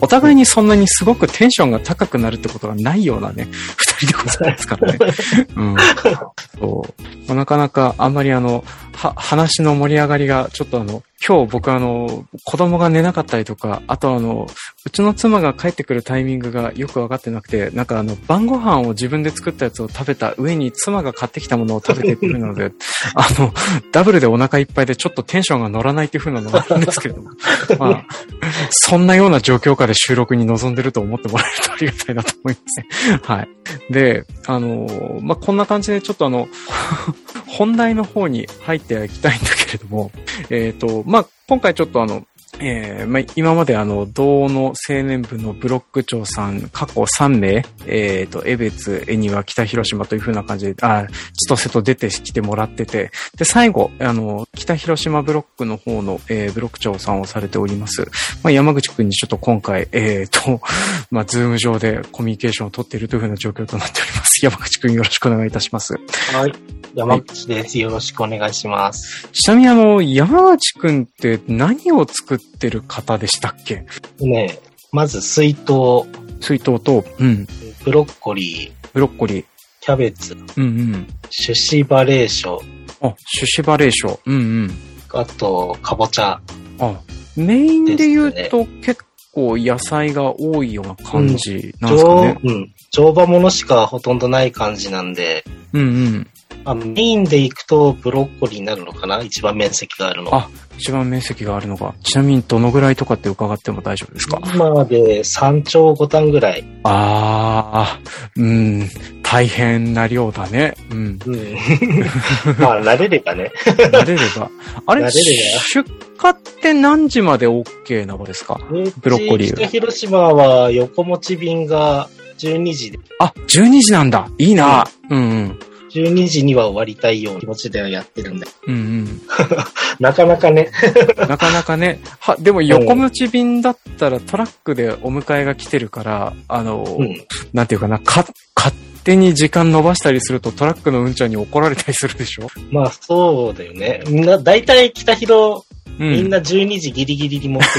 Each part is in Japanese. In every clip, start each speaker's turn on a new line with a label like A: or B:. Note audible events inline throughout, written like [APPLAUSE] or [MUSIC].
A: お互いにそんなにすごくテンションが高くなるってことがないようなね、二人でございますからね。うん。そう。なかなかあんまりあの、は、話の盛り上がりが、ちょっとあの、今日僕あの、子供が寝なかったりとか、あとあの、うちの妻が帰ってくるタイミングがよくわかってなくて、なんかあの、晩ご飯を自分で作ったやつを食べた上に妻が買ってきたものを食べてくるので、あの、ダブルでお腹いっぱいでちょっとテンションが乗らないっていう風なのがあるんですけれども、まあ、そんなような状況下で収録に臨んでると思ってもらえるとありがたいなと思いますね。 [LAUGHS] はい。で、あのーまあ、こんな感じでちょっとあの、 [LAUGHS] 本題の方に入っていきたいんだけれども、えっ、と、まあ、今回ちょっとあの、えーまあ、今まであの、同の青年部のブロック長さん、過去3名、えっ、と、江別、江庭、北広島という風な感じで、あ、千歳と出てきてもらってて、で、最後、あの、北広島ブロックの方の、えーブロック長さんをされております、まあ、山口くんにちょっと今回、えっ、と、 [LAUGHS] まあ、ズーム上でコミュニケーションを取っているという風な状況となっております。山口くんよろしくお願いいたします。
B: はい。山口です。よろしくお願いします。
A: ちなみにあの、山口くんって何を作ってる方でしたっけ
B: ねまず水筒、
A: 水筒と、うん、
B: ブロッコリー、
A: ブロッコリー、
B: キャベツ、
A: うんうん。
B: 種子バレーション、
A: あ、シュシバレーション、うん
B: あと、かぼちゃ。
A: うん。あ、メインで言うと結構野菜が多いような感じなんですかね。
B: 常うん。乗馬ものしかほとんどない感じなんで、
A: うんうん。
B: まあ、メインで行くとブロッコリーになるのかな一番面積があるの。
A: あ一番面積があるのが、ちなみにどのぐらいとかって伺っても大丈夫ですか
B: 今まで3兆5単ぐらい。
A: ああ、うん、大変な量だね。うん。
B: [LAUGHS] うん。まあ、慣れればね。
A: 慣れれ
B: [LAUGHS]
A: ば。あれ、
B: 慣れれば
A: 出荷って何時まで OK なのですかブロッコリー
B: うち北広島は横持ち便が12時で、
A: あ、12時なんだ。いいな。うんうん。
B: 12時には終わりたいような気持ちではやってるんで。
A: うん
B: なかなかね。
A: うん。なかなかね。は、でも横持ち便だったらトラックでお迎えが来てるから、あの、
B: うん。
A: なんていうかな、か、勝手に時間伸ばしたりするとトラックのうんちゃんに怒られたりするでしょ
B: まあ、そうだよね。みんな、大体北広、
A: う
B: みん
A: ん。
B: な12時ギリギリに持ってき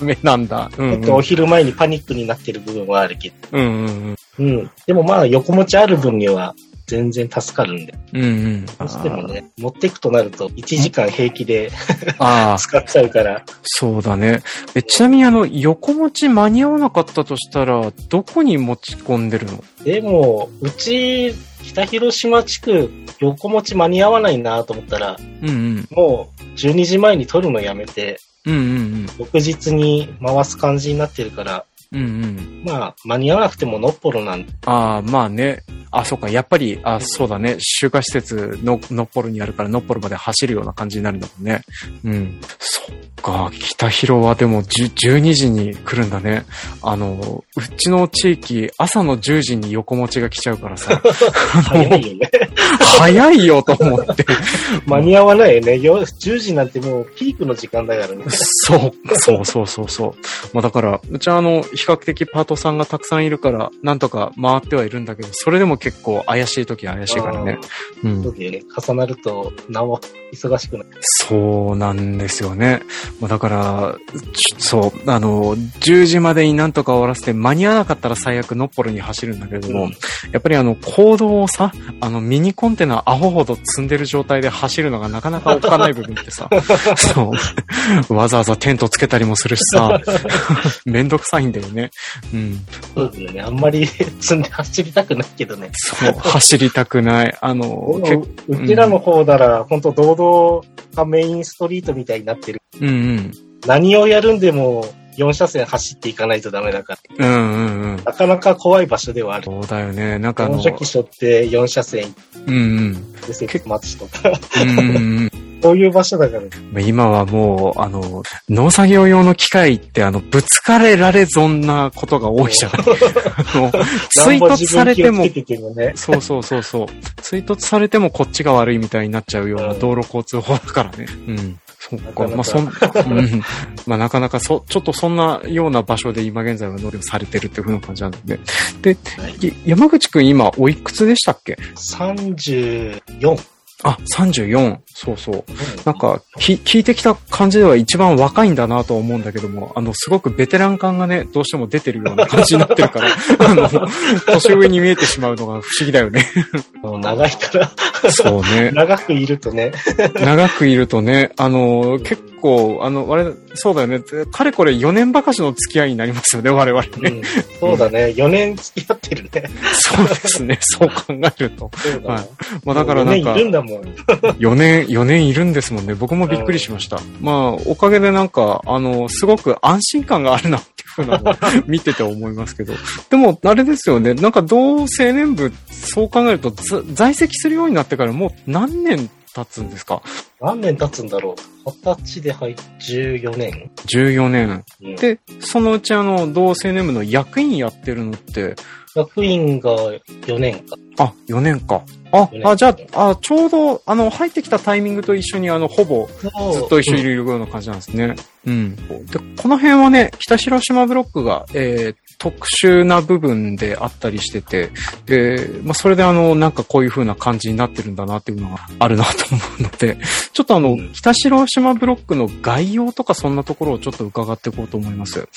B: て、
A: 目なんだ。うん、う
B: ちょ
A: ん。
B: っとお昼前にパニックになってる部分はあるけど。
A: うんうん
B: うん。でもまあ、横持ちある分には、全然助かるんで。
A: うん。うんうん。
B: どうしてもね、持ってくとなると、1時間平気で
A: ああ、
B: 使っちゃうから、
A: そうだね。え、ちなみにあの、横持ち間に合わなかったとしたら、どこに持ち込んでるの
B: でも、うち、北広島地区、横持ち間に合わないなと思ったら、
A: うんうん。
B: もう、12時前に取るのやめて、
A: うんうん
B: 翌日に回す感じになってるから、
A: うん。うんうん。
B: まあ、間に合わなくてものっぽろなんで、
A: ああ、まあね。あ、そうか。やっぱり、あ、そうだね。集荷施設の、のっぽろにあるから、のっぽろまで走るような感じになるんだもんね。うん。そっか。北広はでも、じゅ12時に来るんだね。あの、うちの地域、朝の10時に横持ちが来ちゃうからさ、
B: 早いよ
A: [LAUGHS]
B: ね。
A: 早いよと思って。
B: 間に合わないよね。よ10時なんてもうピークの時間だからね。
A: そう、そうそうそうそう。まあだから、うちはあの、比較的パートさんがたくさんいるから、なんとか回ってはいるんだけど、それでも結構怪しい時は怪しいからね。う
B: そ
A: ん。
B: うだよね。重なると、なお、忙しくなる。
A: そうなんですよね。まあだから、ちょそう、あの、10時までになんとか終わらせて、間に合わなかったら最悪のっぽろに走るんだけれども、
B: うん
A: やっぱりあの、行動をさ、あの、ミニコンテナアホほど積んでる状態で走るのがなかなかおっかない部分って
B: [LAUGHS]
A: さ、そう。わざわざテントつけたりもするし
B: [LAUGHS]
A: さ、めんどくさいんだよね。うん。
B: そうだよね。あんまり積んで走りたくないけどね。
A: そう、走りたくない。あの、
B: でもうちらの方なら、ほんと堂々がメインストリートみたいになってる。
A: けうんうん。
B: 何をやるんでも、4車線走っていかないとダメだから。
A: うんうんうん。
B: なかなか怖い場所ではある。
A: そうだよね。なんかあ
B: 4
A: の、
B: 車機しょって4車線
A: うんうん。
B: で接待ちとか、
A: うんうんうん。
B: そういう場所だからね。
A: 今はもう、あの、農作業用の機械って、あの、ぶつかれられ損なことが多いじ
B: [LAUGHS]
A: ゃないあの追突されて
B: なんぼ
A: も
B: 自分気をつ、けててもね。
A: そうそうそうそう。追突されてもこっちが悪いみたいになっちゃうような
B: うん
A: 道路交通法だからね。うん。そっか。
B: なかなか
A: まあ、そん、うん。まあ、なかなかそ、ちょっとそんなような場所で今現在は農業されてるっていう風な感じなんで。で、い山口くん今おいくつでしたっけ
B: 34。
A: あ、34。そうそう。なんか、き聞いてきた感じでは一番若いんだなとは思うんだけども、あの、すごくベテラン感がね、どうしても出てるような感じになってる [LAUGHS] から、あの、年上に見えてしまうのが不 [LAUGHS] 思議だよね。
B: もう長いから、
A: そうね。
B: 長くいるとね。
A: 長くいるとね、あの、結構、あの、我々、そうだよね。かれこれ4年ばかしの付き合いになりますよね、我々
B: う
A: ね。
B: ん、そうだね。4年付き合ってるね。
A: そうですね、そう考えると。
B: そうだ、
A: は
B: ね
A: いまあだからなん
B: もう
A: か
B: 4年い、るんだもん。
A: 4年、4年いるんですもんね。僕もびっくりしました。まあ、おかげでなんか、あの、すごく安心感があるなっていうふうな [LAUGHS] のを見てて思いますけど。でも、あれですよね。なんか、同青年部、そう考えると、ず在籍するようになってからもう何年経つんですか
B: 何年経つんだろう。二十歳で入って14年、
A: ?14 年。
B: うん
A: で、そのうちあの、同青年部の役員やってるのって、
B: 学院が4年か。
A: あ、4年か。あ、あじゃあ、あ、ちょうど、あの、入ってきたタイミングと一緒に、あの、ほぼ、ずっと一緒にいるような感じなんですね。うん。で、この辺はね、北広島ブロックが、えー特殊な部分であったりしてて、で、まあ、それであの、なんかこういう風な感じになってるんだなっていうのがあるなと思うので、 [LAUGHS] ちょっとあの、
B: うん
A: 北広島ブロックの概要とかそんなところをちょっと伺っていこうと思います。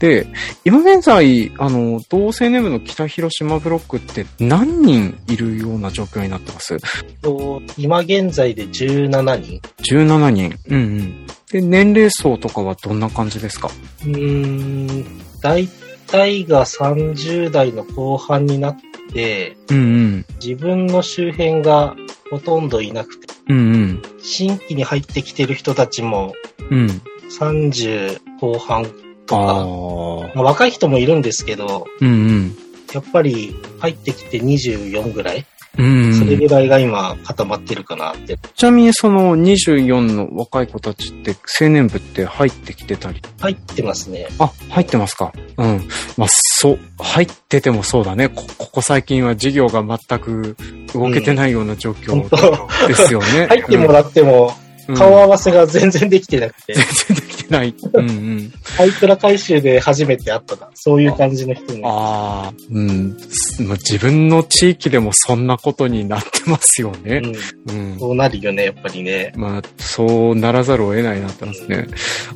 A: で、今現在、あの、同性ネームの北広島ブロックって何人いるような状況になってます
B: と今現在で17人。
A: 17人。うんうん。で、年齢層とかはどんな感じですか
B: うーん、大体が30代の後半になって、
A: うんうん。
B: 自分の周辺がほとんどいなくて、
A: うん
B: 新規に入ってきてる人たちも
A: うん。うん。
B: 30後半と
A: あ
B: か、
A: あ。
B: まあ若い人もいるんですけど、
A: うんうん。
B: やっぱり入ってきて24ぐらい、
A: うん、う
B: それ
A: ん。
B: ぐらいが今固まってるかなって。
A: ちなみにその24の若い子たちって青年部って入ってきてたり。
B: 入ってますね。
A: あ、入ってますか。うん。まあ、そう、入っててもそうだね。こ、ここ最近は授業が全く動けてないような状況
B: 本当
A: ですよ [LAUGHS] ね。
B: 入ってもらっても顔合わせが全然できてなくて、
A: 全然できてない。うんうん。
B: ハイクラ回収で初めて会ったな。そういう感じの人も。
A: ああ、うん。すまあ自分の地域でもそんなことになってますよ
B: う
A: ね。
B: ん、
A: うん。
B: そうなるよね、やっぱりね。
A: まあ、そうならざるを得ないなってますね。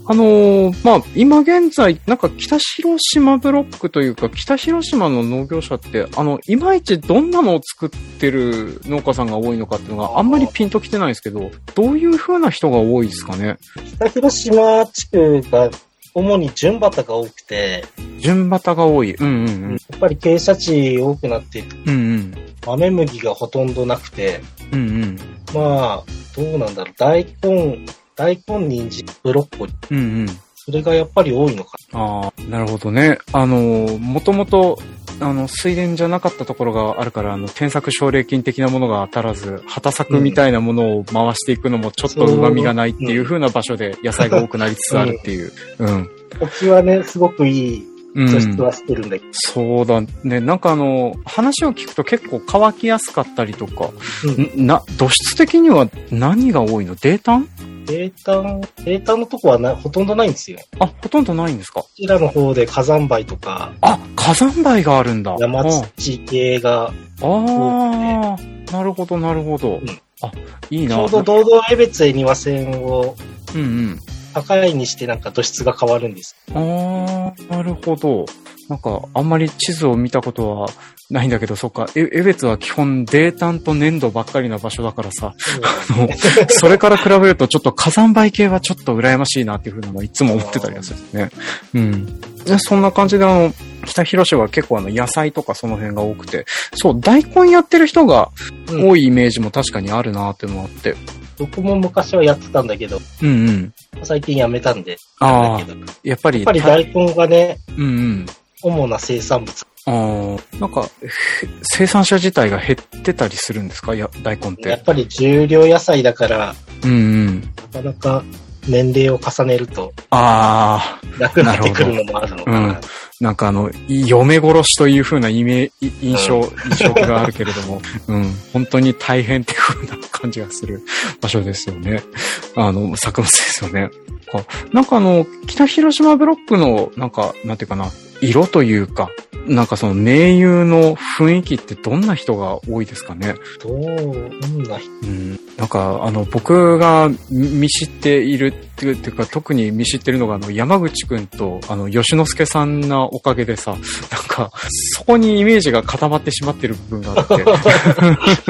A: あのーまあ、今現在、なんか北広島ブロックというか、北広島の農業者って、あの、いまいちどんなのを作ってる農家さんが多いのかっていうのがあんまりピンときてないですけど、どういう風な人が多いですかね。
B: 北広島地区が主に純畑が多くて、
A: 順旗が多い。うんうん
B: やっぱり傾斜地多くなって、
A: うん。うん
B: 豆麦がほとんどなくて、
A: うん。うんうん。
B: まあ、どうなんだろう。大根、大根、人参、ブロッコリー。
A: うんうん。
B: それがやっぱり多いのか
A: ああ、なるほどね。あの、もともと、あの、水田じゃなかったところがあるから、あの、添削奨励金的なものが当たらず、畑作みたいなものを回していくのもちょっと
B: うん
A: 旨味がないっていう
B: そう
A: 風な場所で野菜が多くなりつつあるって
B: [LAUGHS]
A: いう。うん。
B: な。こっちはね、すごくいい
A: うん。
B: 素質はしてるんだけ
A: そうだね。なんかあの、話を聞くと結構乾きやすかったりとか、
B: ど、うん、
A: んな、土質的には何が多いの泥炭
B: データ、データのとこはなほとんどないんですよ。こ
A: あ、ほとんどないんですか
B: ちらの方で火山灰とか、
A: あ、火山灰があるんだ。
B: 山
A: うん
B: 土系が、
A: ああ、なるほど、なるほど。
B: うん
A: あ、いい
B: ち
A: な。
B: ょうど堂々江別恵庭線を
A: うん
B: 高いにしてなんか土質が変わるんです。
A: うん。ああ、なるほど。なんか、あんまり地図を見たことはないんだけど、そっか、え、江別は基本泥炭と粘土ばっかりな場所だから
B: [LAUGHS]
A: さ、あの、 [LAUGHS] それから比べるとちょっと火山灰系はちょっと羨ましいなっていうふうなのはいつも思ってたりはするね。うん。でそんな感じであの、北広島は結構あの野菜とかその辺が多くて、そう、大根やってる人が多いイメージも確かにあるなっていうのがあって。
B: 僕も昔はやってたんだけど、
A: うんうん。
B: 最近やめたんで。
A: ああ
B: だけどやっ
A: やっぱり、
B: ぱり大根がね、
A: うんうん。
B: 主な生産物。
A: あーなんか、へ生産者自体が減ってたりするんですかいや、大根っ。
B: やってぱり重量野菜だから、
A: うんうん。
B: なかなか年齢を重ねると
A: ああ、
B: なくなってくるのもあるのかな。
A: なるなんかあの、い嫁殺しという風なイメい印象、印象があるけれども、 [LAUGHS] うん、本当に大変っていう風な感じがする場所ですよね。あの、作物ですよね。あなんかあの、北広島ブロックの、なんか、なんていうかな、色というか、なんかその名優の雰囲気ってどんな人が多いですかね
B: どんな人
A: うん。なんかあの僕が見知っているっていうっていうか特に見知ってるのがあの山口くんとあの吉之助さんなおかげでさ、なんかそこにイメージが固まってしまってる部分があって。 [LAUGHS]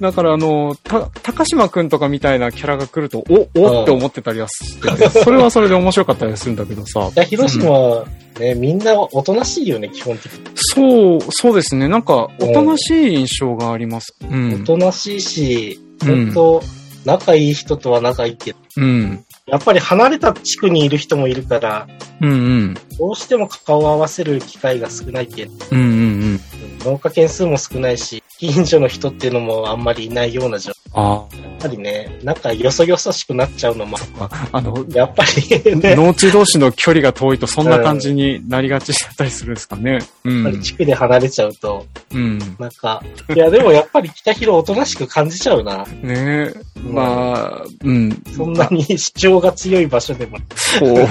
A: だからあの、た、高島くんとかみたいなキャラが来ると、お、おって思ってたりはしてて、それはそれで面白かったりするんだけどさ。
B: 北広島はね、みんなおとなしいよね、基本的に。
A: そう、そうですね。なんか、おとなしい印象があります。う
B: お
A: ん。
B: となしいし、
A: うん
B: 本当仲いい人とは仲いいけど、
A: うん。
B: やっぱり離れた地区にいる人もいるから、
A: うんうん。
B: どうしても顔を合わせる機会が少ないけど、
A: うんうんうん。
B: うん農家件数も少ないし、近所の人っていうのもあんまりいないような状況。
A: あ
B: やっぱりね、仲よそよそしくなっちゃうのも、
A: [LAUGHS] あ。あの、
B: やっぱりね、やっ
A: 農地同士の距離が遠いとそんな感じになりがちだったりするんですかね。う
B: ぱり
A: ん。
B: 地区で離れちゃうと、
A: うん。
B: なんか、いやでもやっぱり北広おとなしく感じちゃうな。
A: ねえ。まあ、うん。
B: そんなに主張が強い場所でも。
A: そうだ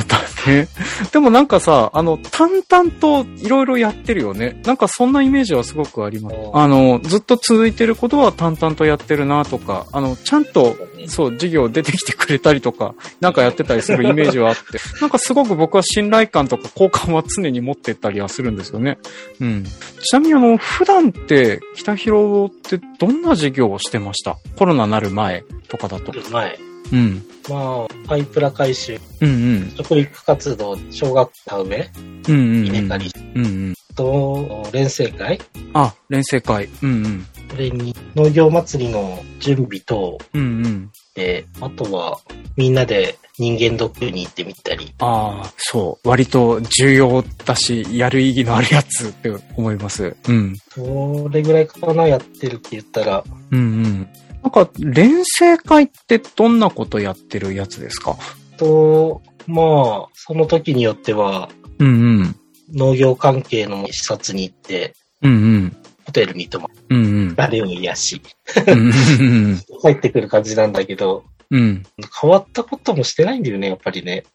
A: ね。でもなんかさ、あの、淡々といろいろやってるよね。なんかそんなイメージはすごくあります。あの、ずっと続いてることは淡々とやってるなとか、あの、ちゃんと、そう、授業出てきてくれたりとか、なんかやってたりするイメージはあって、なんかすごく僕は信頼感とか好感は常に持ってったりはするんですよね。うん。ちなみにあの、普段って、北広ってどんな授業をしてましたコロナなる前とかだと。
B: 前。
A: うん。
B: まあ、パイプラ回収、
A: うんうん。
B: 食育活動、小学校の上、
A: うんうん、うん。
B: 稲刈り
A: うんうん。
B: と、連成会、
A: あ、連成会。うんうん。
B: それに農業祭りの準備等
A: うんうん。
B: で、あとはみんなで人間ドックに行ってみたり、
A: ああ、そう。割と重要だし、やる意義のあるやつって思います。うん。
B: それぐらいかな、やってるって言ったら、
A: うんうん。なんか、連成会ってどんなことやってるやつですか
B: と、まあ、その時によっては、
A: うんうん。
B: 農業関係の視察に行って、
A: うんうん。
B: ホテルに泊まり、
A: うんうん。
B: 誰を癒し、
A: うんうん
B: 帰ってくる感じなんだけど、
A: うん。
B: 変わったこともしてないんだよね、やっぱりね。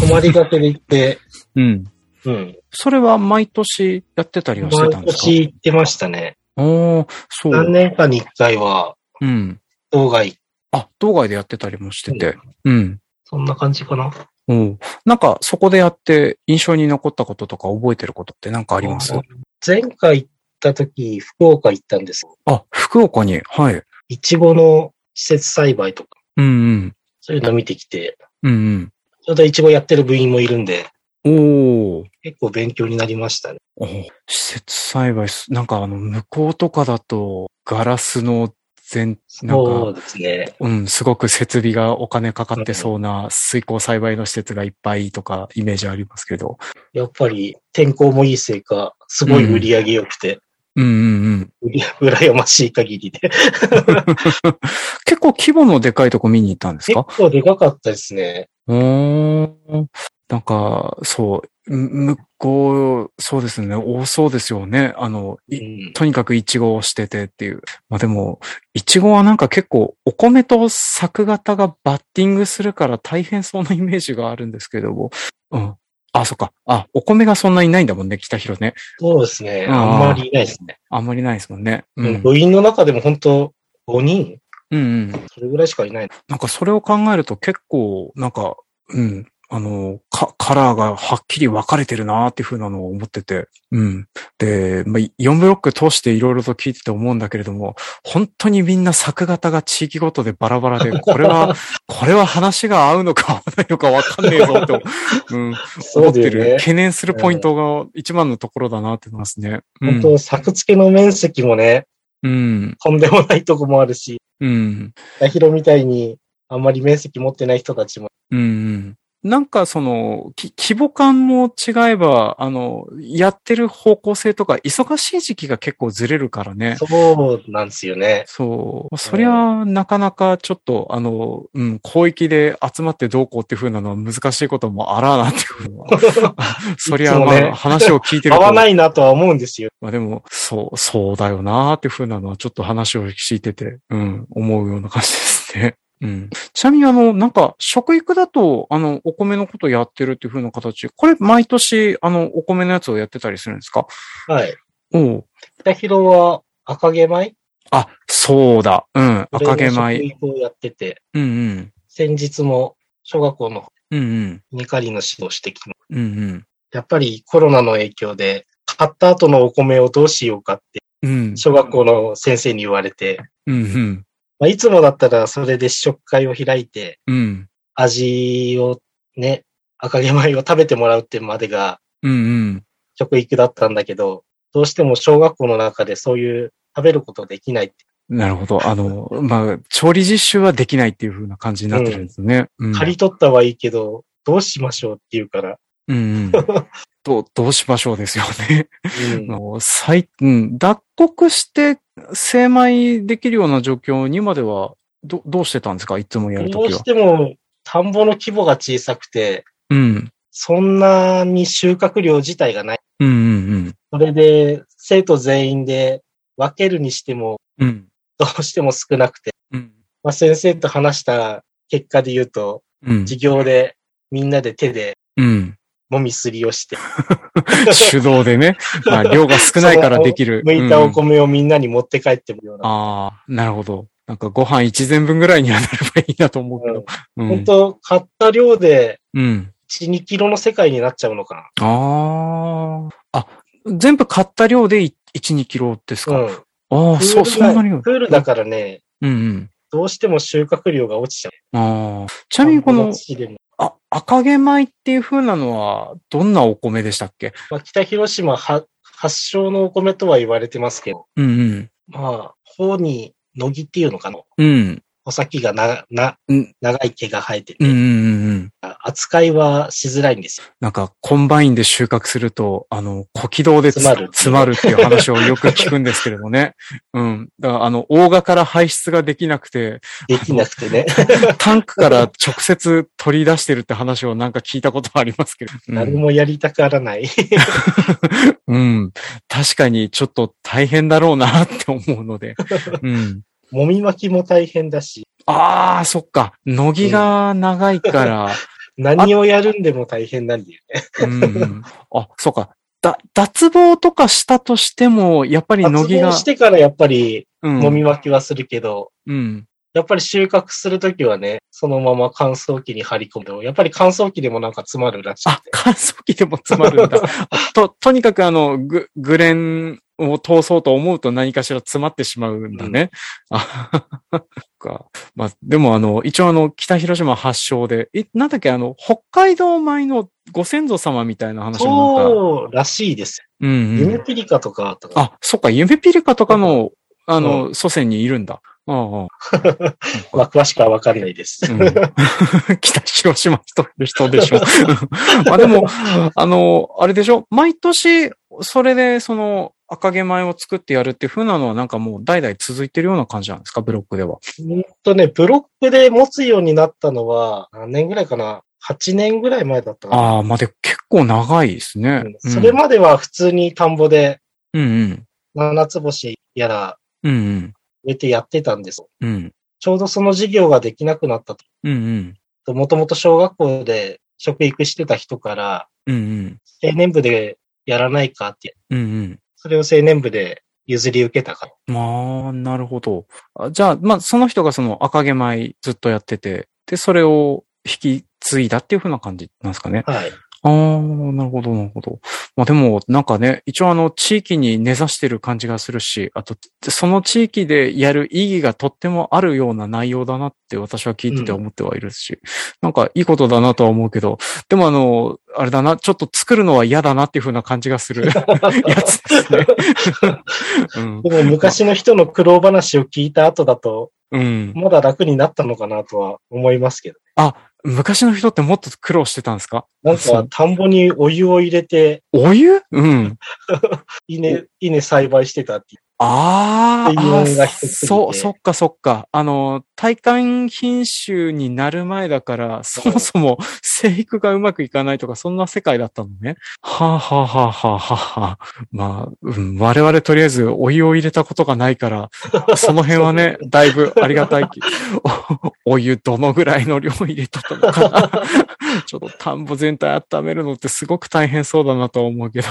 B: 泊まりがけで
A: [LAUGHS]
B: 行って、
A: うん。
B: うん。
A: それは毎年やってたりはしてたん
B: 毎
A: ですか
B: 年行ってましたね。
A: おー、そ
B: 何
A: う。
B: 年かに一回は、
A: うん。
B: 当該。
A: あ、当該でやってたりもしてて。うん。
B: そんな感じかな。
A: うん。なんか、そこでやって印象に残ったこととか覚えてることってなんかあります
B: 前回行った時、福岡行ったんです。
A: あ、福岡に、はい。
B: いちごの施設栽培とか、
A: うんうん。
B: そういうの見てきて、
A: うん
B: ちょうどいちごやってる部員もいるんで、
A: うん。おー
B: 結構勉強になりましたね。
A: おー。施設栽培す、なんかあの、向こうとかだと、ガラスの全、なん
B: そう
A: か、
B: ですね。
A: うん、すごく設備がお金かかってそうな水耕栽培の施設がいっぱいとか、イメージありますけど。
B: やっぱり天候もいいせいか、すごい売り上げ良くて、
A: うんうんうん。
B: うり [LAUGHS] 羨ましい限りで。
A: 結構規模のでかいとこ見に行ったんです
B: 結
A: か
B: 構でかかったですね。
A: うーん。なんか、そう、む向こう、そうですね、多そうですよね。あの、
B: う
A: い
B: ん、
A: とにかくイチゴをしててっていう。まあでも、イチゴはなんか結構お米と作型がバッティングするから大変そうなイメージがあるんですけども。うん。あ、そっか。あ、お米がそんなにないんだもんね、北広ね。
B: そうですね。
A: あー
B: あんまりいないですね。
A: あんまりないですもんね。うん。
B: 部員の中でも本当5人
A: うんうん。
B: それぐらいしかいない。
A: なんかそれを考えると結構、なんか、うん。あの、か、カラーがはっきり分かれてるなーっていう風なのを思ってて。うん。で、まあ、4ブロック通していろいろと聞いてて思うんだけれども、本当にみんな作型が地域ごとでバラバラ
B: [LAUGHS]
A: で、これは、これは話が合うのか合わないのか分かんねえぞと、うん、
B: [LAUGHS] そ
A: 思っ
B: うだ
A: て
B: よ
A: る、
B: ね。
A: 懸念するポイントが一番のところだなって思いますね。う
B: 本
A: ん。
B: 当、作付けの面積もね、
A: うん。
B: とんでもないとこもあるし、
A: うん。
B: ダヒロみたいにあんまり面積持ってない人たちも。
A: うんうん。なんかその、き規模感も違えば、あの、やってる方向性とか、忙しい時期が結構ずれるからね。
B: そうなんですよね。
A: [LAUGHS] そう。そりゃ、なかなかちょっと、あの、うん、広域で集まってどうこうっていう風なのは難しいこともあらあなって [LAUGHS] いうのは。そりゃ、
B: いつもね
A: まあ、話を聞いて
B: 合
A: ると。
B: わないなとは思うんですよ。
A: まあでも、そう、そうだよなーっていう風なのは、ちょっと話を聞いてて、うん、思うような感じですね。 [LAUGHS] うん。ちなみにあの、なんか、食育だと、あの、お米のことやってるっていう風な形。これ、毎年、あの、お米のやつをやってたりするんですか
B: はい。
A: おう
B: 北広は赤毛米
A: あ、そうだ。うん。赤毛
B: 俺の
A: 米。
B: 食育をやってて、
A: うんうん。
B: 先日も小学校の
A: うんうん。
B: ニカリの指導してきま
A: うんうん。
B: やっぱりコロナの影響で、買った後のお米をどうしようかって、
A: うん。
B: 小学校の先生に言われて、
A: うんうん。
B: まあ、いつもだったらそれで試食会を開いて、
A: うん。
B: 味をね、赤毛米を食べてもらうってまでが
A: うんうん。
B: 食育だったんだけど、どうしても小学校の中でそういう食べることできないって、
A: なるほど。あの、まあ、調理実習はできないっていう風な感じになってるんですね。うん。
B: 借り取ったはいいけど、どうしましょうっていうから、
A: うんうん。 [LAUGHS] どう、どうしましょうですよね。 [LAUGHS]
B: うん
A: あの最、うん、脱穀して精米できるような状況にまでは、ど、どうしてたんですかいつもやる
B: ど
A: と
B: う
A: きは
B: し。ても田んぼの規模が小さくて、
A: うん。
B: そんなに収穫量自体がない。
A: うんうん
B: それで、生徒全員で分けるにしても、
A: うん。うん。
B: どうしても少なくて、
A: うん。
B: まあ、先生と話した結果で言うと、
A: うん。
B: 授業でみんなで手で [LAUGHS]
A: うん。
B: もみすりをして、
A: 手動でね。まあ、量が少ないからできる。
B: 剥いたお
A: うん
B: 米をみんなに持って帰ってもらうような。
A: ああ、なるほど。なんかご飯一膳分ぐらいにはなればいいなと思うけど。うん。
B: 本当買った量で
A: うん。
B: 1、2キロの世界になっちゃうのか
A: ああ。あ、全部買った量で1、2キロです
B: な。
A: か、
B: うん。
A: ああ、そう、
B: プール
A: そ
B: が
A: んなに。うん
B: プールだからね、
A: うん。
B: どうしても収穫量が落ちちゃう。
A: ああ。ちなみにこの、
B: 田んぼ地でも
A: あ、赤毛米っていう風なのは、どんなお米でしたっけ
B: まあ、北広島は発祥のお米とは言われてますけど、
A: うん
B: まあ、頬に、乃木っていうのかな
A: うん。うん。
B: お先がな、な
A: うん、
B: 長い毛が生えてて、
A: うんうんうんうん。
B: 扱いはしづらいんですよ。
A: なんか、コンバインで収穫すると、あの、小気道でつ
B: 詰まる
A: 詰まるっていう話をよく聞くんですけれどね。 [LAUGHS] うん。だから、あの、大賀から排出ができなくて、
B: できなくてね。
A: タンクから直接取り出してるって話をなんか聞いたことはありますけど。 [LAUGHS] うん
B: 誰もやりたがらない。
A: うん。確かに、ちょっと大変だろうなって思うの
B: [LAUGHS]
A: で。うん。
B: もみ巻きも大変だし、
A: ああ、そっか。乃木が長いから、
B: 何をやるんでも大変なんだよね。
A: うんうんあ、そうか。だ、脱帽とかしたとしても、やっぱり乃
B: 発
A: 木
B: 動
A: が、
B: してからやっぱり
A: うん、
B: もみ巻きはするけど、
A: うん。
B: やっぱり収穫するときはね、そのまま乾燥機に張り込むと。やっぱり乾燥機でもなんか詰まるらし
A: あ
B: くて、。
A: 乾燥機でも詰まる
B: [LAUGHS]
A: んだ。と、とにかくあの、グ、グレンを通そうと思うと何かしら詰まってしまうんだね。あ、そっか。まあ、でもあの、一応あの、北広島発祥で、え、なんだっけ、あの、北海道米のご先祖様みたいな話もなんか、
B: そうらしいです。
A: うん、うん
B: 夢。ピリカとかとか、
A: あ、そっか、夢ピリカとかの、あの、祖先にいるんだ。ああ
B: [LAUGHS]
A: ああ。
B: まあ詳しくはわかんないです。
A: うん北広島という人でしょ。 [LAUGHS] まあでも、あの、あれでしょ毎年、それで、その、赤毛米を作ってやるっていう風なのは、なんかもう代々続いてるような感じなんですかブロックでは。
B: うんとね、ブロックで持つようになったのは、何年ぐらいかな ?8 年ぐらい前だったかな。
A: ああ、まあで、結構長いですね
B: うん。それ
A: も
B: までは普通に田んぼで
A: うんうん。
B: 七つ星やら
A: うんうん。
B: 植えてやってたんですよ。
A: うん。
B: ちょうどその事業ができなくなった
A: うんうん。
B: と。もともと小学校で食育してた人から、
A: うんうん。
B: 青年部でやらないかって、
A: うんうん。
B: それを青年部で譲り受けたから。
A: まあ、なるほど。あじゃあ、まあ、その人がその赤毛米ずっとやってて、で、それを引き継いだっていう風な感じなんですかね。
B: はい。
A: ああ、なるほど、なるほど。まあでも、なんかね、一応あの、地域に根ざしてる感じがするし、あと、その地域でやる意義がとってもあるような内容だなって私は聞いてて思ってはいるし、なんかいいことだなとは思うけど、でもあの、あれだな、ちょっと作るのは嫌だなっていう風な感じがする [LAUGHS] やつですね。うん。
B: [LAUGHS] でも昔の人の苦労話を聞いた後だと、
A: うん。
B: まだ楽になったのかなとは思いますけど。
A: 昔の人ってもっと苦労してたんですか
B: なんか田んぼにお湯を入れて、
A: お湯うん。
B: 稲、稲栽培してたっていう。
A: あ
B: っていう
A: あ、
B: のが一つで
A: そう、そっかそっか。あの、体感品種になる前だから、そもそも生育がうまくいかないとか、そんな世界だったのね。はあ、はあはあはあはあはあ、まあ、うん、我々とりあえずお湯を入れたことがないから、その辺はね、だいぶありがたいき。おお湯どのぐらいの量入れとったのかな。ちょっと田んぼ全体温めるのってすごく大変そうだなとは思うけど。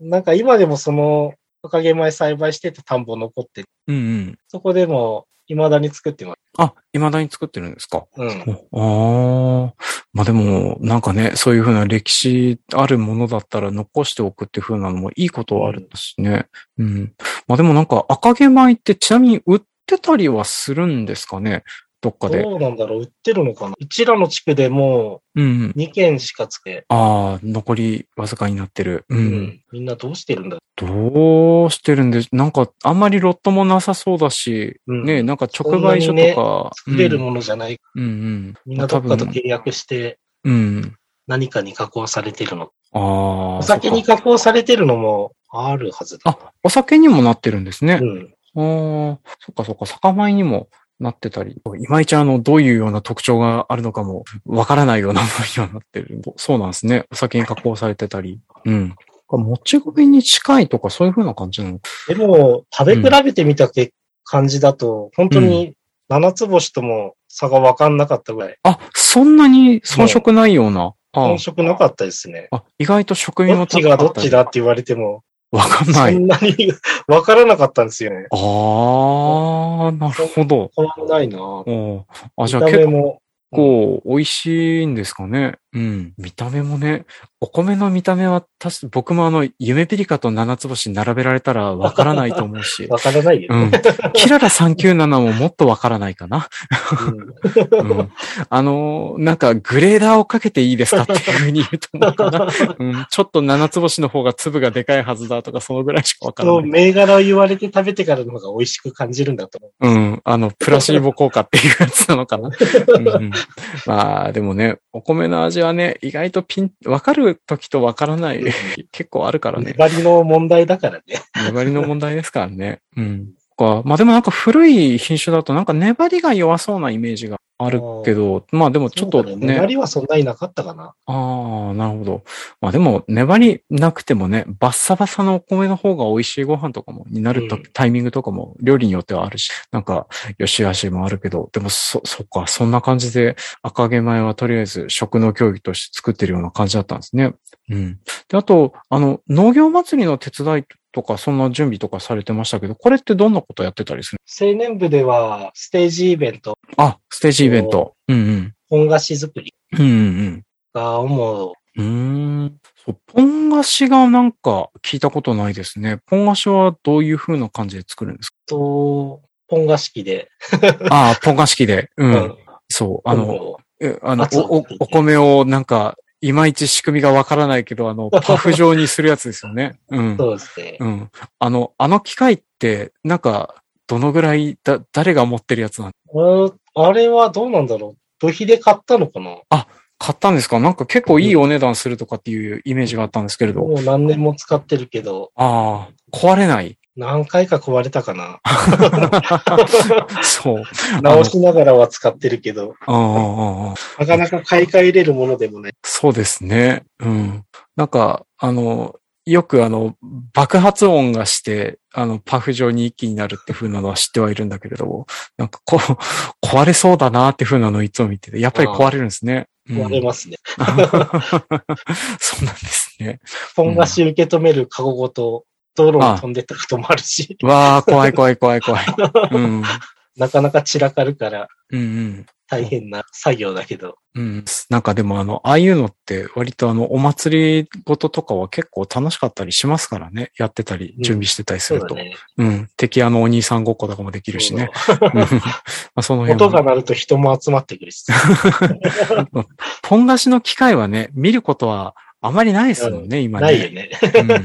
B: なんか今でもその、トカゲ米栽培してた田んぼ残って、
A: うんうん。
B: そこでも、未だに作ってます。
A: あ、未だに作ってるんですか
B: うん。
A: ああ。まあでも、なんかね、そういうふうな歴史あるものだったら残しておくっていうふうなのもいいことはあるしね。うん。まあでもなんか赤毛米ってちなみに売ってたりはするんですかねどっかで。
B: どうなんだろう売ってるのかなうちらの地区でも
A: うんうん
B: う。2軒しか作って、
A: ああ、残りわずかになってる。う。
B: うんみんなどうしてるんだ
A: どうしてるんで、なんかあんまりロットもなさそうだし、
B: うん
A: ね、なんか直売所とか。
B: 作れるものじゃない。
A: うんうん。
B: みんなどっかと契約して
A: うん。
B: 何かに加工されてるの。
A: ああ。
B: お酒に
A: そっか
B: 加工されてるのもあるはずだ。
A: お酒にもなってるんですね。
B: うん。
A: ああ、そっかそっか、酒米にもなってたり、いまいちあの、どういうような特徴があるのかも、わからないようなものにはなってる。 [LAUGHS] そうなんですね。お酒に加工されてたり。うん。もち米に近いとか、そういう風な感じなの
B: でも、食べ比べてみたけ感じだと、本当に七つ星とも差がわかんなかったぐらい。
A: あ、そんなに遜色ないような。あ
B: 本色なかったですね。
A: あ、意外と食味
B: ど
A: も
B: っち
A: 高
B: がど
A: か
B: ったち
A: り
B: だって言われても、
A: わかん
B: そ
A: ない。
B: んなにわからなかったんですよね。
A: ああ、なるほど。
B: 変わらないなぁ
A: おあ、
B: 見
A: じゃ
B: た
A: あ結
B: 目
A: 構
B: も。
A: 結構美味しいんですかね。うん。見た目もね、お米の見た目は確か、僕もあの、夢ピリカと七つ星並べられたらわからないと思う [LAUGHS] し。
B: わからないよ
A: う
B: ね。
A: ん。キララ397ももっとわからないかな。
B: うん
A: うん。 [LAUGHS] あのーなんか、グレーダーをかけていいですかっていうふうに言うと思うかな。うん。ちょっと七つ星の方が粒がでかいはずだとか、そのぐらいしかわから
B: そう、
A: ない。
B: 銘柄を言われて食べてからの方が美味しく感じるんだと思う。
A: うん。あの、プラシーボ効果っていうやつなのか
B: [LAUGHS]
A: な。うんうんまあ、でもね、お米の味はね、意外とピン、わかる時とわからない、結構あるからね。
B: 粘りの問題だからね。
A: 粘りの問題ですからね。うん。かまあでもなんか古い品種だとなんか粘りが弱そうなイメージがあるけど、まあでもちょっと
B: そうだ
A: ね
B: 粘りはそんなになかったかな。
A: ああ、なるほど。まあでも、粘りなくてもね、バッサバサのお米の方が美味しいご飯とかも、になると、
B: うん
A: タイミングとかも、料理によってはあるし、なんか、よしあしもあるけど、でも、そ、そっか、そんな感じで、赤毛米はとりあえず食の競技として作ってるような感じだったんですね。うん。で、あと、あの、農業祭りの手伝いとか、そんな準備とかされてましたけど、これってどんなことやってたりする
B: 青年部では、ステージイベント、
A: あ、ステージイベント。うん
B: 本菓子作り
A: うん。うんうんうん。
B: が主、
A: うーん。そう、ポン菓子がなんか聞いたことないですね。ポン菓子はどういう風な感じで作るん [LAUGHS] ですか
B: と、本菓子機で、
A: ああ、ポン菓子で。う。
B: うん
A: そう。あの、
B: の、
A: えあの
B: 圧を
A: お、お、お米をなんか、いまいち仕組みがわからないけど、あ [LAUGHS] の、パフ状にするやつですよね。うん。
B: そうですね。
A: うん。あの、あの機械って、なんか、どのぐらい、だ、誰が持ってるやつなん
B: ああれはどうなんだろう部費で買ったのかな
A: 買ったんですかなんか結構いいお値段するとかっていうイメージがあったんですけれど。
B: もう何年も使ってるけど、
A: ああ、壊れ [LAUGHS] ない。
B: 何回か壊れたか
A: [LAUGHS]
B: な
A: そう。
B: 直しながらは使ってるけど、
A: ああああ、ああ。
B: なかなか買い替えれるものでもない。
A: そうですね。うん。なんか、あの、よくあの、爆発音がして、あの、パフ状に一気になるって風なのは知ってはいるんだけれども、なんかこう、 [LAUGHS] 壊れそうだなって風なのをいつも見てて、やっぱり壊れるんですね。うん
B: 壊れますね。
A: そうなんですね。
B: 本菓子受け止めるカゴごと、道路に飛んでったこともあるし、 [LAUGHS]
A: わあ、怖い怖い怖い怖い。うん。
B: なかなか散らかるから
A: うんうん。
B: 大変な作業だけど、
A: うん。なんかでもあの、ああいうのって割とあの、お祭りごととかは結構楽しかったりしますからね。やってたり、準備してたりす
B: そう
A: る
B: だ
A: と。
B: ね。
A: うん。敵屋のお兄さんごっことかもできるしね。うん [LAUGHS] まあその辺
B: 音が
A: は。
B: 鳴ると人も集まってくるし。
A: ポン出しの機会はね、見ることはあ [LAUGHS] まりないですもんね、今ね。
B: ないよね。
A: うんね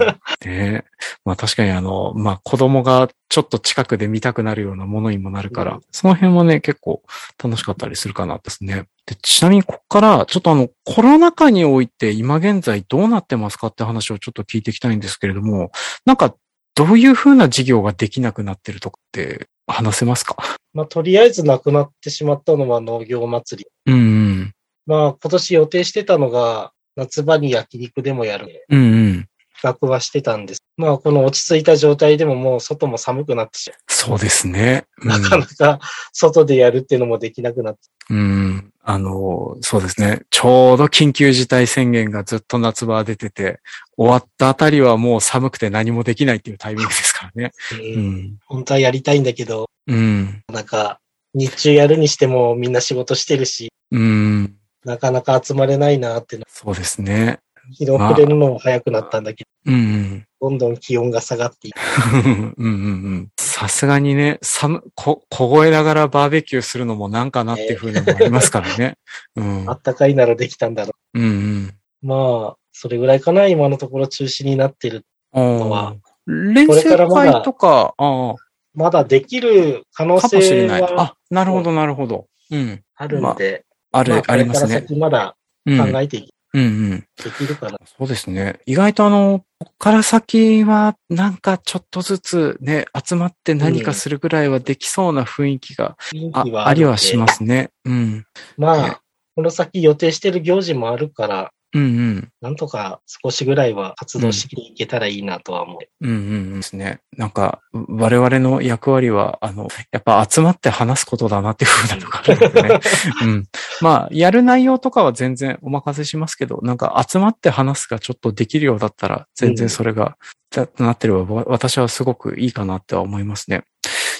A: えまあ確かにあの、まあ子供がちょっと近くで見たくなるようなものにもなるから、
B: うん
A: その辺はね、結構楽しかったりするかなですね。でちなみにここから、ちょっとあの、コロナ禍において今現在どうなってますかって話をちょっと聞いていきたいんですけれども、なんかどういう風な事業ができなくなってるとかって話せますか
B: まあ、とりあえずなくなってしまったのは農業祭り。
A: うんうん。
B: まあ、今年予定してたのが、夏場に焼肉でもやる。
A: うんうん。
B: 企画はしてたんです。まあ、この落ち着いた状態でももう外も寒くなってし
A: そうですね。うん
B: まう。なかなか外でやるっていうのもできなくなって。
A: うん。あの、そうですね。ちょうど緊急事態宣言がずっと夏場は出てて、終わったあたりはもう寒くて何もできないっていうタイミングですからね。うん。
B: 本当はやりたいんだけど、
A: うん。
B: なんか、日中やるにしてもみんな仕事してるし、
A: うん。
B: なかなか集まれないなっていうの、
A: そうですね。
B: 日の暮れるのも早くなったんだけ
A: うんうん。
B: ど、どんどん気温が下がっていく。
A: うんうんうんさすがにね、寒、こ、凍えながらバーベキューするのもなんかなっていう風にもありますからね。うん。
B: あったかいならできたんだろ
A: うんうん。
B: う。まあ、それぐらいかな、今のところ中止になってる。
A: お
B: は
A: ー連
B: これから
A: 戦
B: まだ
A: 会とか、あ
B: まだできる可能
A: あ、かもしれ
B: 性
A: ない。
B: は
A: あ、なるほど、なるほど。うん。
B: あるんで、
A: ある、
B: ま
A: あ
B: あ、こ
A: り
B: れ
A: ま
B: か
A: す
B: ら
A: ね。
B: 先まだ
A: うん。
B: 考
A: うん
B: えてい
A: うん。
B: できるかな。
A: そうですね。意外とあの、こっから先はなんかちょっとずつね、集まって何かするぐらいはできそうな雰囲気が、
B: 雰囲
A: あ
B: 気は
A: あ
B: る
A: り
B: んで
A: はしますね。うん。
B: ま
A: ね
B: あ、この先予定してる行事もあるから、
A: うんうん。
B: なんとか少しぐらいは活動していけたらいいなとは思う。
A: うんうんうんですね。なんか、う我々の役割は、あの、やっぱ集まって話すことだなっていうふうなのがあるのでね。うん。まあ、やる内容とかは全然お任せしますけど、なんか集まって話すがちょっとできるようだったら、全然それが、だなってれば、わ私はすごくいいかなっては思いますね。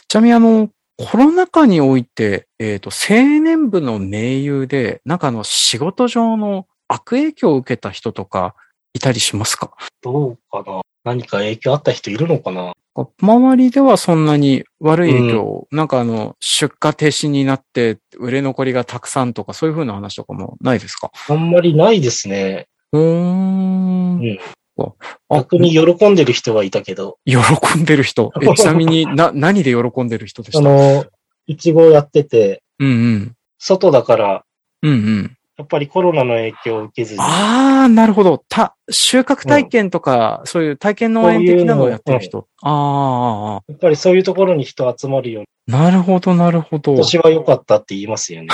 A: ちなみにあの、コロナ禍において、えっ、と、青年部の盟友で、なんかあの、仕事上の悪影響を受けた人とか、いたりしますか
B: どうかな何か影響あった人いるのかな
A: 周りではそんなに悪い影響を、なんかあの、出荷停止になって、売れ残りがたくさんとか、そういう風な話とかもないですか
B: あんまりないですね。
A: うーん
B: うん。
A: あ、
B: 逆に喜んでる人はいたけど、
A: 喜んでる人。
B: [LAUGHS]
A: えちなみに、な、何で喜んでる人で
B: あ
A: した
B: の、いちごやってて、
A: うんうん。
B: 外だから、
A: うんうん。
B: やっぱりコロナの影響を受けずに、
A: あー、なるほど。た、収穫体験とか、そういう体験農園的なのをやってる人。あ
B: やっぱりそういうところに人集まるように、
A: ー、なるほど、なるほど。
B: 今年は良かったって言いますよね。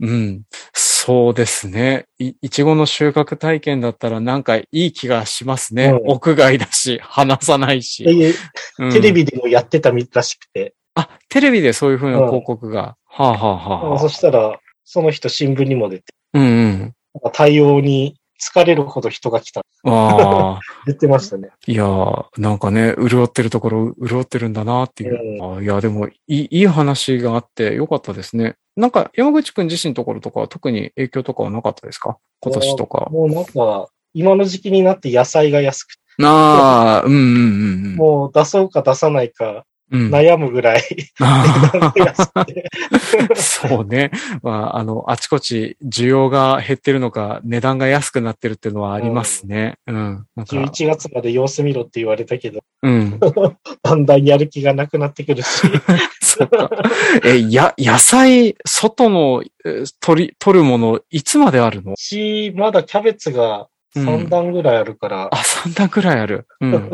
A: うん。そうですね。い、いちごの収穫体験だったらなんかいい気がしますね。
B: うん
A: 屋外だし、話さない
B: って
A: し。
B: いう
A: うん
B: テレビでもやってたみたいらしくて、
A: あ、テレビでそういうふうな
B: うん
A: 広告が。はあ、はあはあは
B: そ
A: あ、
B: したら、その人新聞にも出て、
A: うんうん。
B: なんか対応に疲れるほど人が来た。
A: ああ。 [LAUGHS]
B: 言ってましたね。
A: いやー、なんかね、潤ってるところ、潤ってるんだなっていう。あーいや、でも、いい、いい話があってよかったですね。なんか、山口くん自身のところとかは特に影響とかはなかったですか今年とか。
B: もうなんか、今の時期になって野菜が安くて、
A: ああ、うんうんうん
B: もう出そうか出さないか
A: うん。 [LAUGHS] うん。
B: 悩むぐらい値段が安
A: [LAUGHS]
B: くて。 [LAUGHS]
A: そうね。まあ、あの、あちこち需要が減ってるのか、値段が安くなってるっていうのはありますね。うん。なんか、
B: 11月まで様子見ろって言われたけど、 [LAUGHS]
A: うん。
B: だんだんやる気がなくなってく
A: [LAUGHS]
B: るし、
A: そっか。え、や、野菜、外の、え取り、取るもの、いつまであるの
B: うちまだキャベツが3段ぐらいあるから、
A: あ、3段くらいある。
B: [LAUGHS]
A: うん。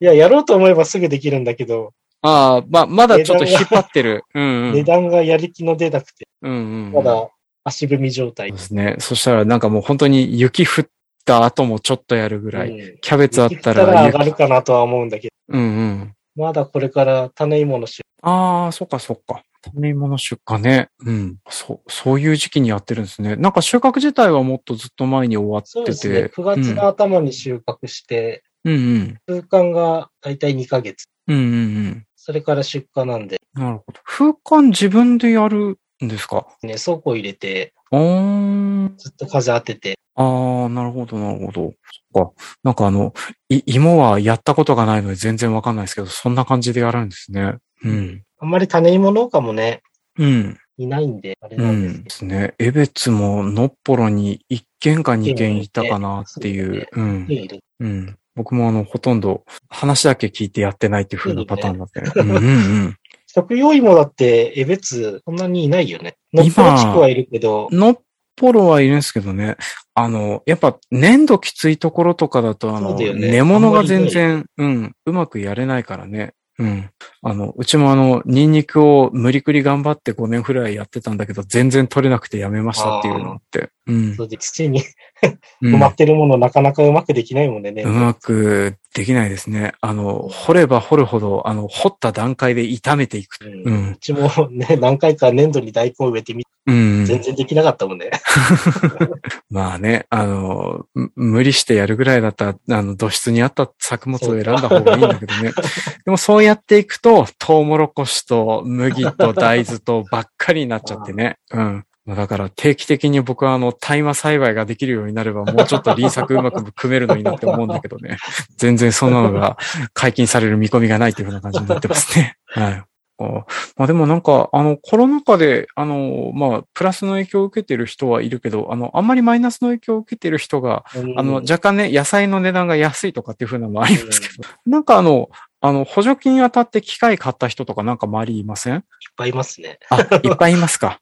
B: いや、やろうと思えばすぐできるんだけど、
A: ああ、まあ、まだちょっと引っ張ってる。うん、う
B: 値
A: ん。
B: 段がやる気の出なくて、
A: うんうん。
B: まだ足踏み状態
A: そうで。すね。そしたらなんかもう本当に雪降った後もちょっとやるぐらい。
B: うん
A: キャベツあった
B: で
A: ら
B: き上が
A: 雪、
B: るかなとは思うんだけ
A: うんうん。
B: ど、まだこれから種芋の収
A: ああ、そっかそっか。種芋の出荷ね。うん。そう、そういう時期にやってるんですね。なんか収穫自体はもっとずっと前に終わ
B: そう
A: っ
B: で
A: て
B: すね
A: て。。
B: 9月の頭に収穫して、
A: うんうん。
B: 空間がだいたい2ヶ月。
A: うんうんうん。
B: それから出荷なんで、
A: なるほど。風管自分でやるんですか
B: ね、倉庫入れて、
A: あー
B: ずっと風当てて、
A: あー、なるほど、なるほど。そっか。なんかあの、い、芋はやったことがないので全然わかんないですけど、そんな感じでやるんですね。うん。
B: あんまり種芋農家もね、
A: うん。
B: いないんで、あれ
A: う
B: なんで
A: ん
B: す
A: で
B: け
A: すね。江別ものっぽろに1軒か2軒いたかなっていう。うん
B: ど。。手入れ
A: うん。僕もあの、ほとんど話だけ聞いてやってないっていう風なパターンだったね。うんうん
B: 食用芋だって、えべつ、そんなにいないよね。のっぽろ地区はいるけど
A: う、ん。のっポロはいるんですけどね。あの、やっぱ粘土きついところとかだと、あの、
B: そうだよね
A: 根物が全然、うん、うまくやれないからね。うん。あの、うちもあの、ニンニクを無理くり頑張って5年くらいやってたんだけど、全然取れなくてやめましたっていうのって。うん
B: そ。れで土に
A: う
B: 埋
A: ん
B: まってるものなかなかうまくできないもんね。ね
A: うまくできないですね。あの、掘れば掘るほど、あの、掘った段階で炒めていく。
B: うん
A: う。
B: うんちもね、何回か粘土に大根を植えてみて、
A: うん。
B: 全然できなかったもんね。
A: まあね、あの、む無理してやるぐらいだったら、あの、土質に合った作物を選んだ方がいいんだけどね。でもそうやっていくと、トウモロコシと麦と大豆とばっかりになっちゃってね。うん。まあだから定期的に僕はあの、大麻栽培ができるようになれば、もうちょっと輪作うまく組めるのになって思うんだけどね。 [LAUGHS] 全然そんなのが解禁される見込みがないというふうな感じになってますね。 [LAUGHS] はい。あまあでもなんか、あの、コロナ禍で、あの、まあ、プラスの影響を受けてる人はいるけど、あの、あんまりマイナスの影響を受けてる人が、あの、
B: ゃ
A: 若干ね、野菜の値段が安いとかっていう風なのもありますけど、 [LAUGHS] なんかあの、あの、補助金当たって機械買った人とかなんか周りいません
B: いっぱいいますね。
A: あ、いっぱいいますか。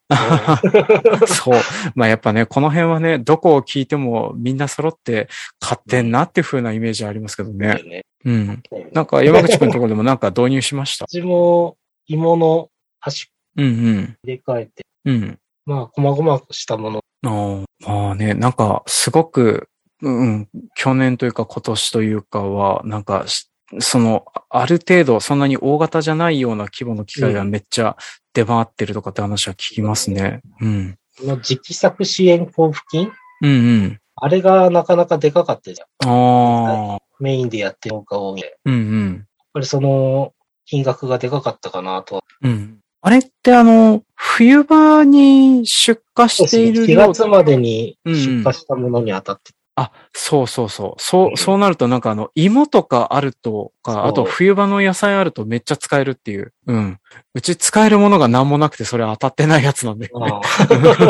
A: [LAUGHS] そう。まあやっぱね、この辺はね、どこを聞いてもみんな揃って買ってんなっていう風なイメージありますけど
B: だ
A: ね。
B: よね
A: うん。なんか山口くんのところでもなんか導入しました。
B: うちも芋の端
A: [LAUGHS] うん
B: 入れ替えて、
A: うん。うん。
B: まあ、細々したもの。
A: あーまあね、なんか、すごく、うん、去年というか今年というかは、なんかし、その、あある程度、そんなに大型じゃないような規模の機械がめっちゃ出回ってるとかって話は聞きますね。うん。
B: この直作支援交付金
A: うんうん。
B: あれがなかなかでかかったじゃん。
A: ああ。
B: メインでやってる方が多い。やっ
A: うんうん。
B: ぱりその金額がでかかったかなとは。
A: うん。あれってあの、冬場に出荷している
B: 4
A: 量
B: 月までに
A: うん
B: 出荷したものに当たって、
A: あ、そうそうそう。そうう、
B: ん
A: そうなるとなんかあの、芋とかあると
B: そう
A: か、あと冬場の野菜あるとめっちゃ使えるっていう。うん。うち使えるものが何もなくてそれ当たってないやつ
B: [LAUGHS]
A: なんで。
B: あ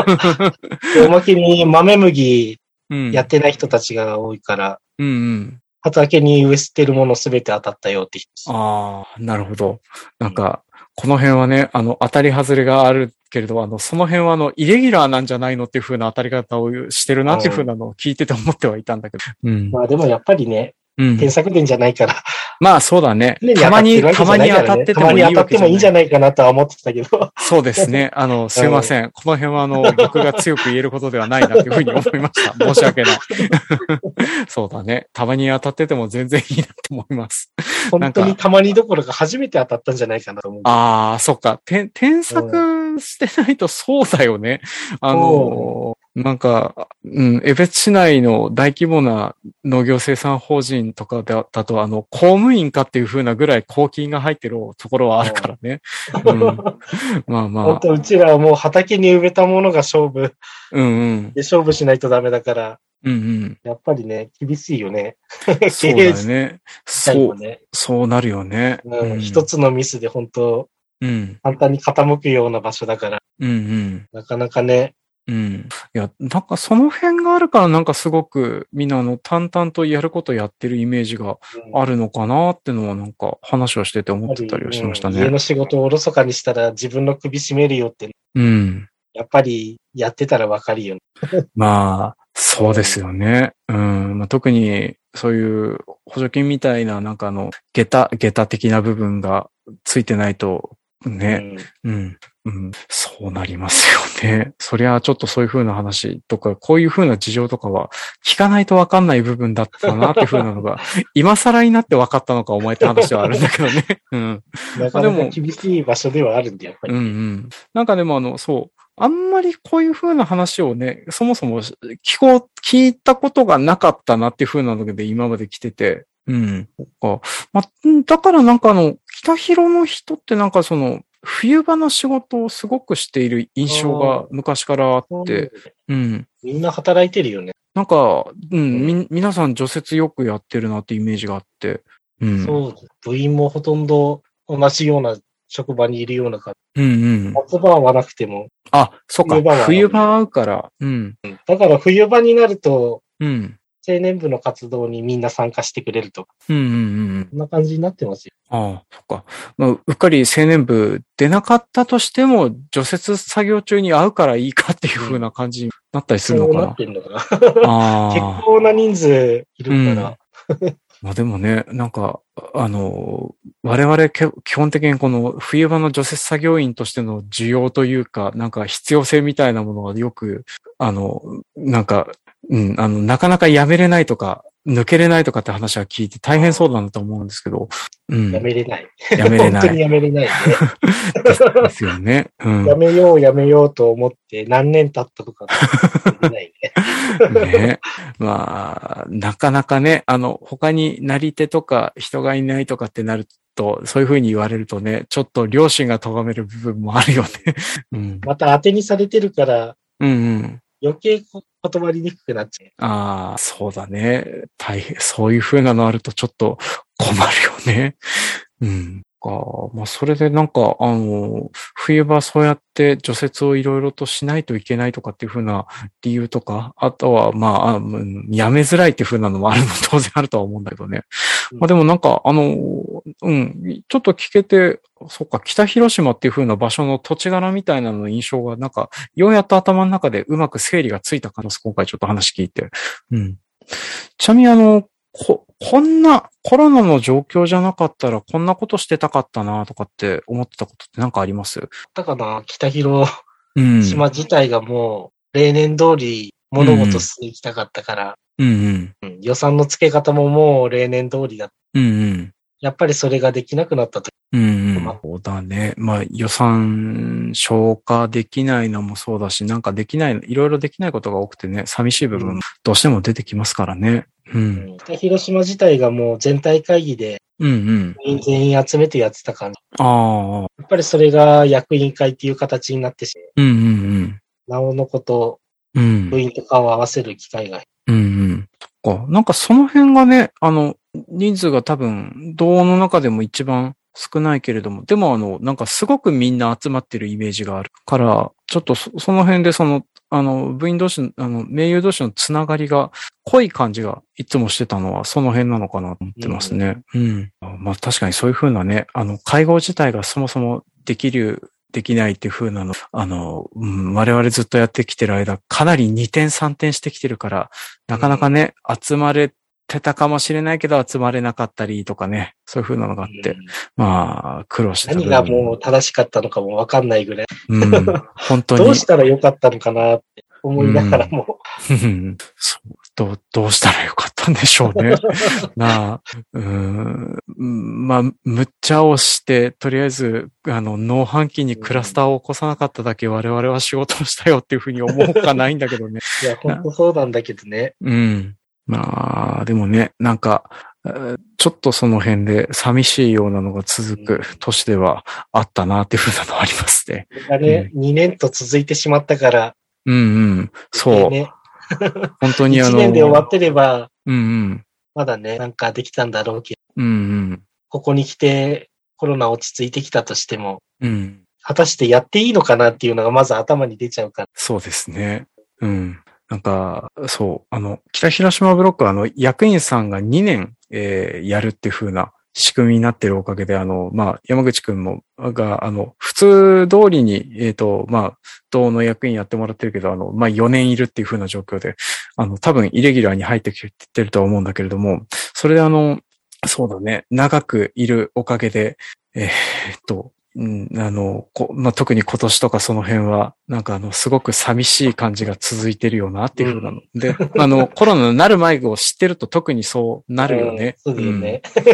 B: あでおまけに豆麦
A: うん。
B: やってない人たちが多いから、
A: うんうん。
B: 畑に植え捨てるものすべて当たったよって人。
A: ああ、なるほど。なんか、この辺はね、あの、当たり外れがあるけれど、あの、その辺はあの、イレギュラーなんじゃないのっていう風な当たり方をしてるなっていう風なのを聞いてて思ってはいたんだけど。うん。
B: まあでもやっぱりね、
A: うん。
B: 添削伝じゃないから、
A: まあ、そうだね
B: 常。
A: たまに、
B: 当
A: たまに当た
B: た
A: っ
B: って
A: て
B: る
A: て
B: わ
A: も
B: け
A: いい
B: じ
A: わけじゃ
B: ゃないからねたまに当たっても
A: ない
B: い
A: い
B: んじゃないかなとは思ってたけ
A: [LAUGHS]
B: ど、
A: そうですね。あ
B: [LAUGHS]
A: の、すいません。この辺は、あの、僕が強く言えることではないなというふうに思いました。申し訳ない。 [LAUGHS] そうだね。たまに当たってても全然いいなと思います。
B: 本当にたまにどころか初めて当たったんじゃないかなと思う。
A: ああ、そっか。て添削してないとそうだよね。あの、なんか、うん、江別市内の大規模な農業生産法人とかだだと、あの、公務員かっていうふうなぐらい公金が入ってるところはあるからね。
B: [LAUGHS]
A: うん、まあま
B: 本
A: あ、
B: 当、うちらはもう畑に植えたものが勝負
A: うんうん、
B: で勝負しないとダメだから、
A: うんうん。
B: やっぱりね、厳しいよね。
A: [LAUGHS] そうだよね。
B: 最
A: そ
B: 後
A: う、
B: ね。
A: そうなるよね。
B: う
A: うんん
B: 一つのミスで本当、
A: うん、
B: 簡単に傾くような場所だから、
A: うん、うん。
B: なかなかね、
A: うん。いや、なんかその辺があるからなんかすごくみんなあの淡々とやることやってるイメージが
B: うん
A: あるのかなってのはなんか話をしてて思
B: や
A: っ
B: っぱ
A: て
B: り
A: たりはしました
B: うん家
A: ね。
B: の仕事をおろそかにしたら自分の首絞めるよって、
A: うん。
B: やっぱりやってたらわかるよね。
A: まあ、そうですよね。うん。まあ、特にそういう補助金みたいななんかあの、下駄、下駄的な部分がついてないとね、
B: うん
A: うん。うん。そうなりますよね。そりゃ、ちょっとそういう風な話とか、こういう風な事情とかは、聞かないとわかんない部分だったな、っていう風なのが、今更になって分かったのか、お前って話ではあるんだけどね。うん。
B: なかなか厳しい場所ではあるんで、やっぱり。
A: うんうん。なんかでもあの、そう。あんまりこういう風な話をね、そもそも聞こう、聞いたことがなかったなっていう風なので今まで来てて。うん。そっかまあ、んだからなんかあの、北広の人ってなんかその、冬場の仕事をすごくしている印象
B: あ
A: が
B: ー
A: 昔からあっ
B: そう
A: て、うん。
B: みんな働いてるよね。
A: なんか、うん、み、皆さん除雪よくやってるなってイメージがあって、うん。う。
B: そう。部員もほとんど同じような職場にいるような感
A: んうん
B: じ。。夏場は合わなくても。
A: あ、そっ
B: 冬場
A: か。
B: は
A: 冬場合うから、うん。
B: だから冬場になると、
A: うん。
B: 青年部の活動にみんな参加してくれるとか、
A: うんうんうん。
B: こんな感じになってますよ。
A: ああ、そっか。まあ、うっかり青年部出なかったとしても、除雪作業中に会うからいいかっていう風な感じになったりするの
B: そう
A: か
B: なっ
A: な。
B: てんのかな。
A: あ
B: 結
A: あ。
B: 構な人数いるから、
A: うんまあでもね、なんか、あの、我々け基本的にこの冬場の除雪作業員としての需要というか、なんか必要性みたいなものがよく、あの、なんか、うん、あの、なかなかやめれないとか、抜けれないとかって話は聞いて大変そうだなと思うんですけど、うん、
B: や
A: や
B: めれない。
A: めれな
B: [LAUGHS] 本当に
A: い
B: やめれない、ね。
A: ですよね。うん。
B: やめようやめようと思って何年経ったと
A: [LAUGHS]
B: か、できないね。
A: ね。まあ、なかなかね、あの、他になり手とか人がいないとかってなると、そういうふうに言われるとね、ちょっと両親が咎める部分もあるよね。うん。
B: また当てにされてるから、
A: うんうん。
B: 余計断りにくくなっちゃう。
A: ああ、そうだね。大変、そういうふうなのあるとちょっと困るよね。 [LAUGHS] うん。かまあ、それでなんか、あの、冬場そうやって除雪をいろいろとしないといけないとかっていうふうな理由とか、あとは、まああ、うんやめづらいっていうふうなのもあ [LAUGHS] るの、当然あるとは思うんだけどね。まあでもなんか、あの、うん、ちょっと聞けて、そっか、北広島っていう風な場所の土地柄みたいなのの印象が、なんか、ようやっと頭の中でうまく整理がついた感じです。今回ちょっと話聞いて。うん。ちなみにあの、こ、こんな、コロナの状況じゃなかったら、こんなことしてたかったなとかって思ってたことってなんかあります
B: だから、北広
A: うん。
B: 島自体がもう、例年通り物事していきたかったから、
A: うんうん。
B: うん予算の付け方ももう例年通りだ。
A: うんうん。
B: やっぱりそれができなくなったと。
A: うんうん
B: まあ
A: そうだね。まあ予算消化できないのもそうだし、なんかできない、いろいろできないことが多くてね、寂しい部分もどうしても出てきますからね。う。
B: うんん北広島自体がもう全体会議で
A: うんうん。
B: 全員集めてやってた感じ。
A: ああ。
B: やっぱりそれが役員会っていう形になってしま
A: う
B: う
A: んうん
B: なおのこと、
A: うん。うん。
B: 部員と顔を合わせる機会が
A: うんうん。そっか。なんかその辺がね、あの、人数が多分、同の中でも一番少ないけれども、でもあの、なんかすごくみんな集まってるイメージがあるから、ちょっとそその辺でその、あの、部員同士の、あの、名誉同士のつながりが濃い感じがいつもしてたのはその辺なのかなと思ってますね。うん。まあ確かにそういうふうなね、あの、会合自体がそもそもできる、できないっていうふうなの、あの、うん、我々ずっとやってきてる間、かなり2点3点してきてるから、なかなかね、集まれてたかもしれないけど、集まれなかったりとかね、そういう風なのがあって、
B: うん
A: まあ、苦労してた部
B: 何
A: 分
B: がもう正しかったのかもわかんないぐらい、
A: うん、
B: [LAUGHS]
A: 本当に。
B: どうしたらよかったのかなって思いながらも、
A: うん [LAUGHS] そうどう、どうしたらよかったんでしょ
B: [LAUGHS]
A: うね。なあ、うーん、まあ、むっちゃをして、とりあえず、あの、農繁期にクラスターを起こさなかっただけ我々は仕事をしたよっていうふうに思うほかないんだけどね。
B: [LAUGHS] いや、本当そうなんだけどね。
A: うん。まあ、でもね、なんか、えーちょっとその辺で寂しいようなのが続
B: うん
A: く年ではあったなっていうふうなのはありますね。 [LAUGHS]
B: それがね、2年と続いてしまったから、
A: うんうん。そう。
B: ね、
A: 本当にあ
B: 1
A: の、
B: 年で終わってれば、
A: うんうん。
B: まだね、なんかできたんだろうけど、
A: うんうん。
B: ここに来てコロナ落ち着いてきたとしても、
A: うん。
B: 果たしてやっていいのかなっていうのがまず頭に出ちゃうから。
A: そうですね。うん。なんか、そう、あの、北広島ブロックは、あの、役員さんが2年、えーやるっていう風な仕組みになってるおかげで、あの、まあ、山口くんも、が、あの、普通通りに、えっ、と、まあ、党の役員やってもらってるけど、あの、まあ、4年いるっていう風な状況で、あの、多分、イレギュラーに入ってきてるとは思うんだけれども、それであの、そうだね、長くいるおかげで、えーっと、うん、あの、こまあ、特に今年とかその辺は、なんかあの、すごく寂しい感じが続いてるよなっていうふうなの。で、あの、コロナになる前を知ってると特にそうなるよね。
B: うんそうだよね。
A: うん。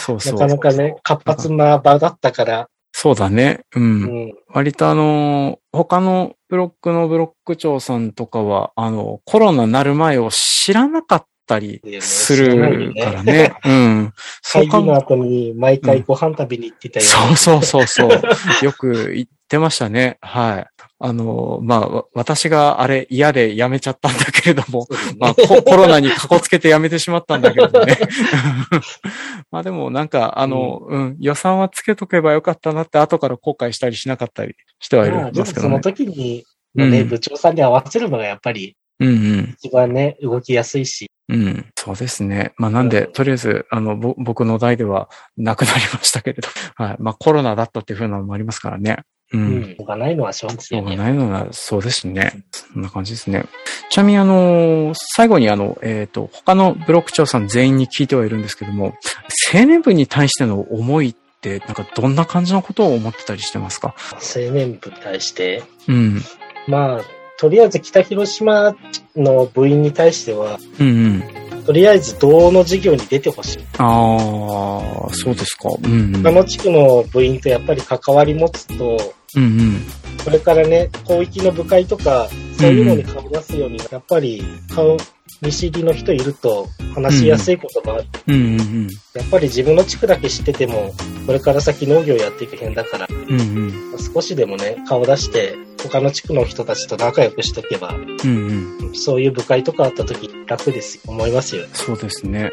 A: そうそ
B: な
A: う。
B: かなかね、活発な場だったから、
A: そうだね。
B: う
A: うん
B: ん、
A: 割とあの、他のブロックのブロック長さんとかは、あの、コロナなる前を知らなかったりするからね。
B: [LAUGHS]
A: うん。そ
B: 会
A: う考
B: 議
A: え
B: の後に毎回ご飯食べに行ってたよ、
A: そうそうそうそう。よく言ってましたね。はい。あの、まあ、わ私があれ嫌で辞めちゃったんだけれど
B: [LAUGHS]
A: も、
B: そうだよね
A: まあ、ココロナにかこつけてやめてしまったんだけどね。 [LAUGHS] まあでもなんか、あの、うん、予算はつけとけばよかったなって後から後悔したりしなかったりしてはいる
B: ま
A: ん
B: あで
A: で
B: も
A: すけど
B: そ
A: ね
B: の。時に、ね
A: うん
B: 部長さんに合わせるのがやっぱり
A: うん
B: 一番ね、動きやすいし。
A: うん。うん。そうですね。まあなんで、とりあえず、あの、ぼ僕の代ではなくなりましたけれど。 [LAUGHS] はい。まあコロナだったっていうふうなのもありますからね。う。
B: うんん。がないのは正
A: しょ
B: 直
A: う
B: よ
A: がな
B: ね。
A: いのは、そうですね。そんな感じですね。ちなみに、あの、最後に、あの、えっ、と、他のブロック長さん全員に聞いてはいるんですけども、青年部に対しての思いって、なんかどんな感じのことを思ってたりしてますか
B: 青年部に対して、
A: うん。
B: まあ、とりあえず北広島の部員に対しては、
A: うんうん。
B: とりあえず同の授業に出てほしい。
A: ああ、そうですか。うん、うん。
B: 他の地区の部員とやっぱり関わり持つと、
A: うんうん。
B: これからね、広域の部会とか、そういうのに顔出すように、やっぱり顔見知りの人いると話しやすいこともある。
A: うんうん
B: やっぱり自分の地区だけ知ってても、これから先農業やっていく辺だから、
A: うん。うんうん。
B: 少しでもね、顔出して、他の地区の人たちと仲良くしとけば、
A: うんうん。
B: そういう部会とかあった時楽です、思いますよ。
A: そうですね。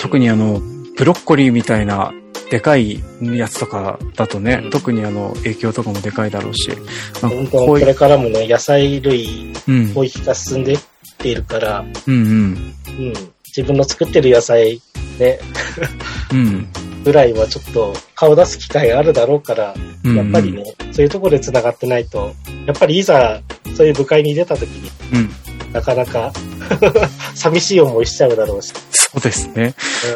A: 特にあの、ブロッコリーみたいな、でかいやつとかだとね、
B: うん
A: 特にあの、影響とかもでかいだろうし、なん
B: 本
A: か
B: 当、
A: こ
B: こ
A: ういう、
B: れからもね、野菜類、
A: うん、
B: 貿易が進んでいっているから、
A: うんうん、
B: うん、自分の作ってる野菜、ね、
A: うん、
B: ぐらいはちょっと顔出す機会があるだろうから、
A: うん。
B: やっぱりね、そういうところで繋がってないと、やっぱりいざ、そういう部会に出た時に、
A: うん。
B: なかなか、 [LAUGHS] 寂しい思いしちゃうだろうし。
A: そうですね。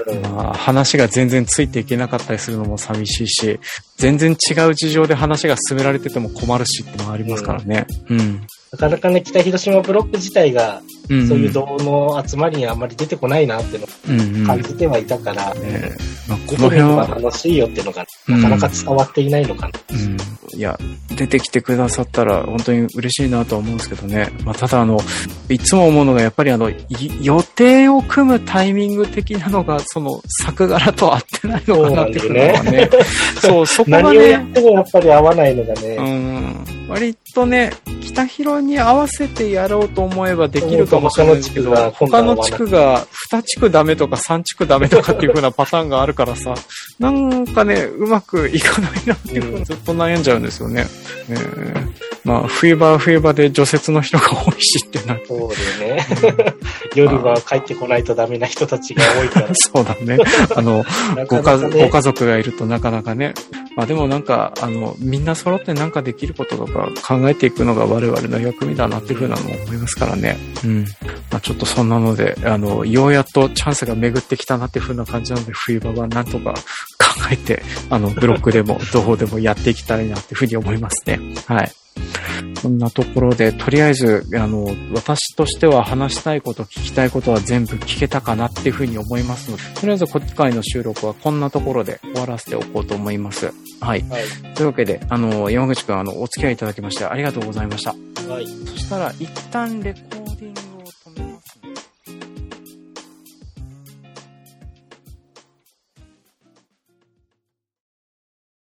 B: うん
A: まあ、話が全然ついていけなかったりするのも寂しいし、全然違う事情で話が進められてても困るしってのはありますからね。うん。
B: なかなかね、北広島ブロック自体が、
A: うん、うん。
B: そういう道の集まりにあんまり出てこないなっていうの
A: うん、うん。
B: を感じてはいたから、
A: ねまあ、この
B: 出てみ
A: 辺
B: れば
A: は、
B: 楽しいよっていうのが、なかなか伝わっていないのかな。
A: うん、いや、出てきてくださったら本当に嬉しいなとは思うんですけどね。まあ、ただあの、いつも思うのがやっぱりあの、い予定を組むタイミング的なのが、その、作柄と合ってないのかなっていうのはね。そう、そこが
B: 何をや
A: ね
B: っ、てもやっぱり合わないのがね、
A: うん、割とね、北広に合わせてやろうと思えばできるかもしれないですけど、他
B: 他
A: の
B: の
A: 地
B: 地
A: 区
B: 区
A: が2地区ダメとか3地区ダメとかっていう風なパターンがあるから [LAUGHS] さ、なんかね、うまくいかないなっていう風にずっと悩んじゃうんですよね。ねえまあ、冬場は冬場で除雪の人が多いしってな [LAUGHS] る。
B: そうだよね。夜は帰ってこないとダメな人たちが多
A: [LAUGHS]
B: いから、
A: そうだね。あの、
B: な
A: ご家
B: かなか
A: ご
B: ね、
A: 家族がいるとなかなかね。まあでもなんか、あの、みんな揃ってなんかできることとか考えていくのが我々の役目だなっていうふうなのを思いますからね。うん。まあちょっとそんなので、あの、ようやっとチャンスが巡ってきたなっていうふうな感じなので、冬場はなんとか考えて、あの、ブロックで [LAUGHS] も、どうでもやっていきたいなっていうふうに思いますね。はい。そんなところで、とりあえず、あの、私としては話したいこと、聞きたいことは全部聞けたかなっていうふうに思いますので、とりあえず今回の収録はこんなところで終わらせておこうと思います。はい。
B: はい。
A: というわけで、あの、山口くん、あの、お付き合いいただきましてありがとうございました。
B: はい。
A: そしたら、一旦レコ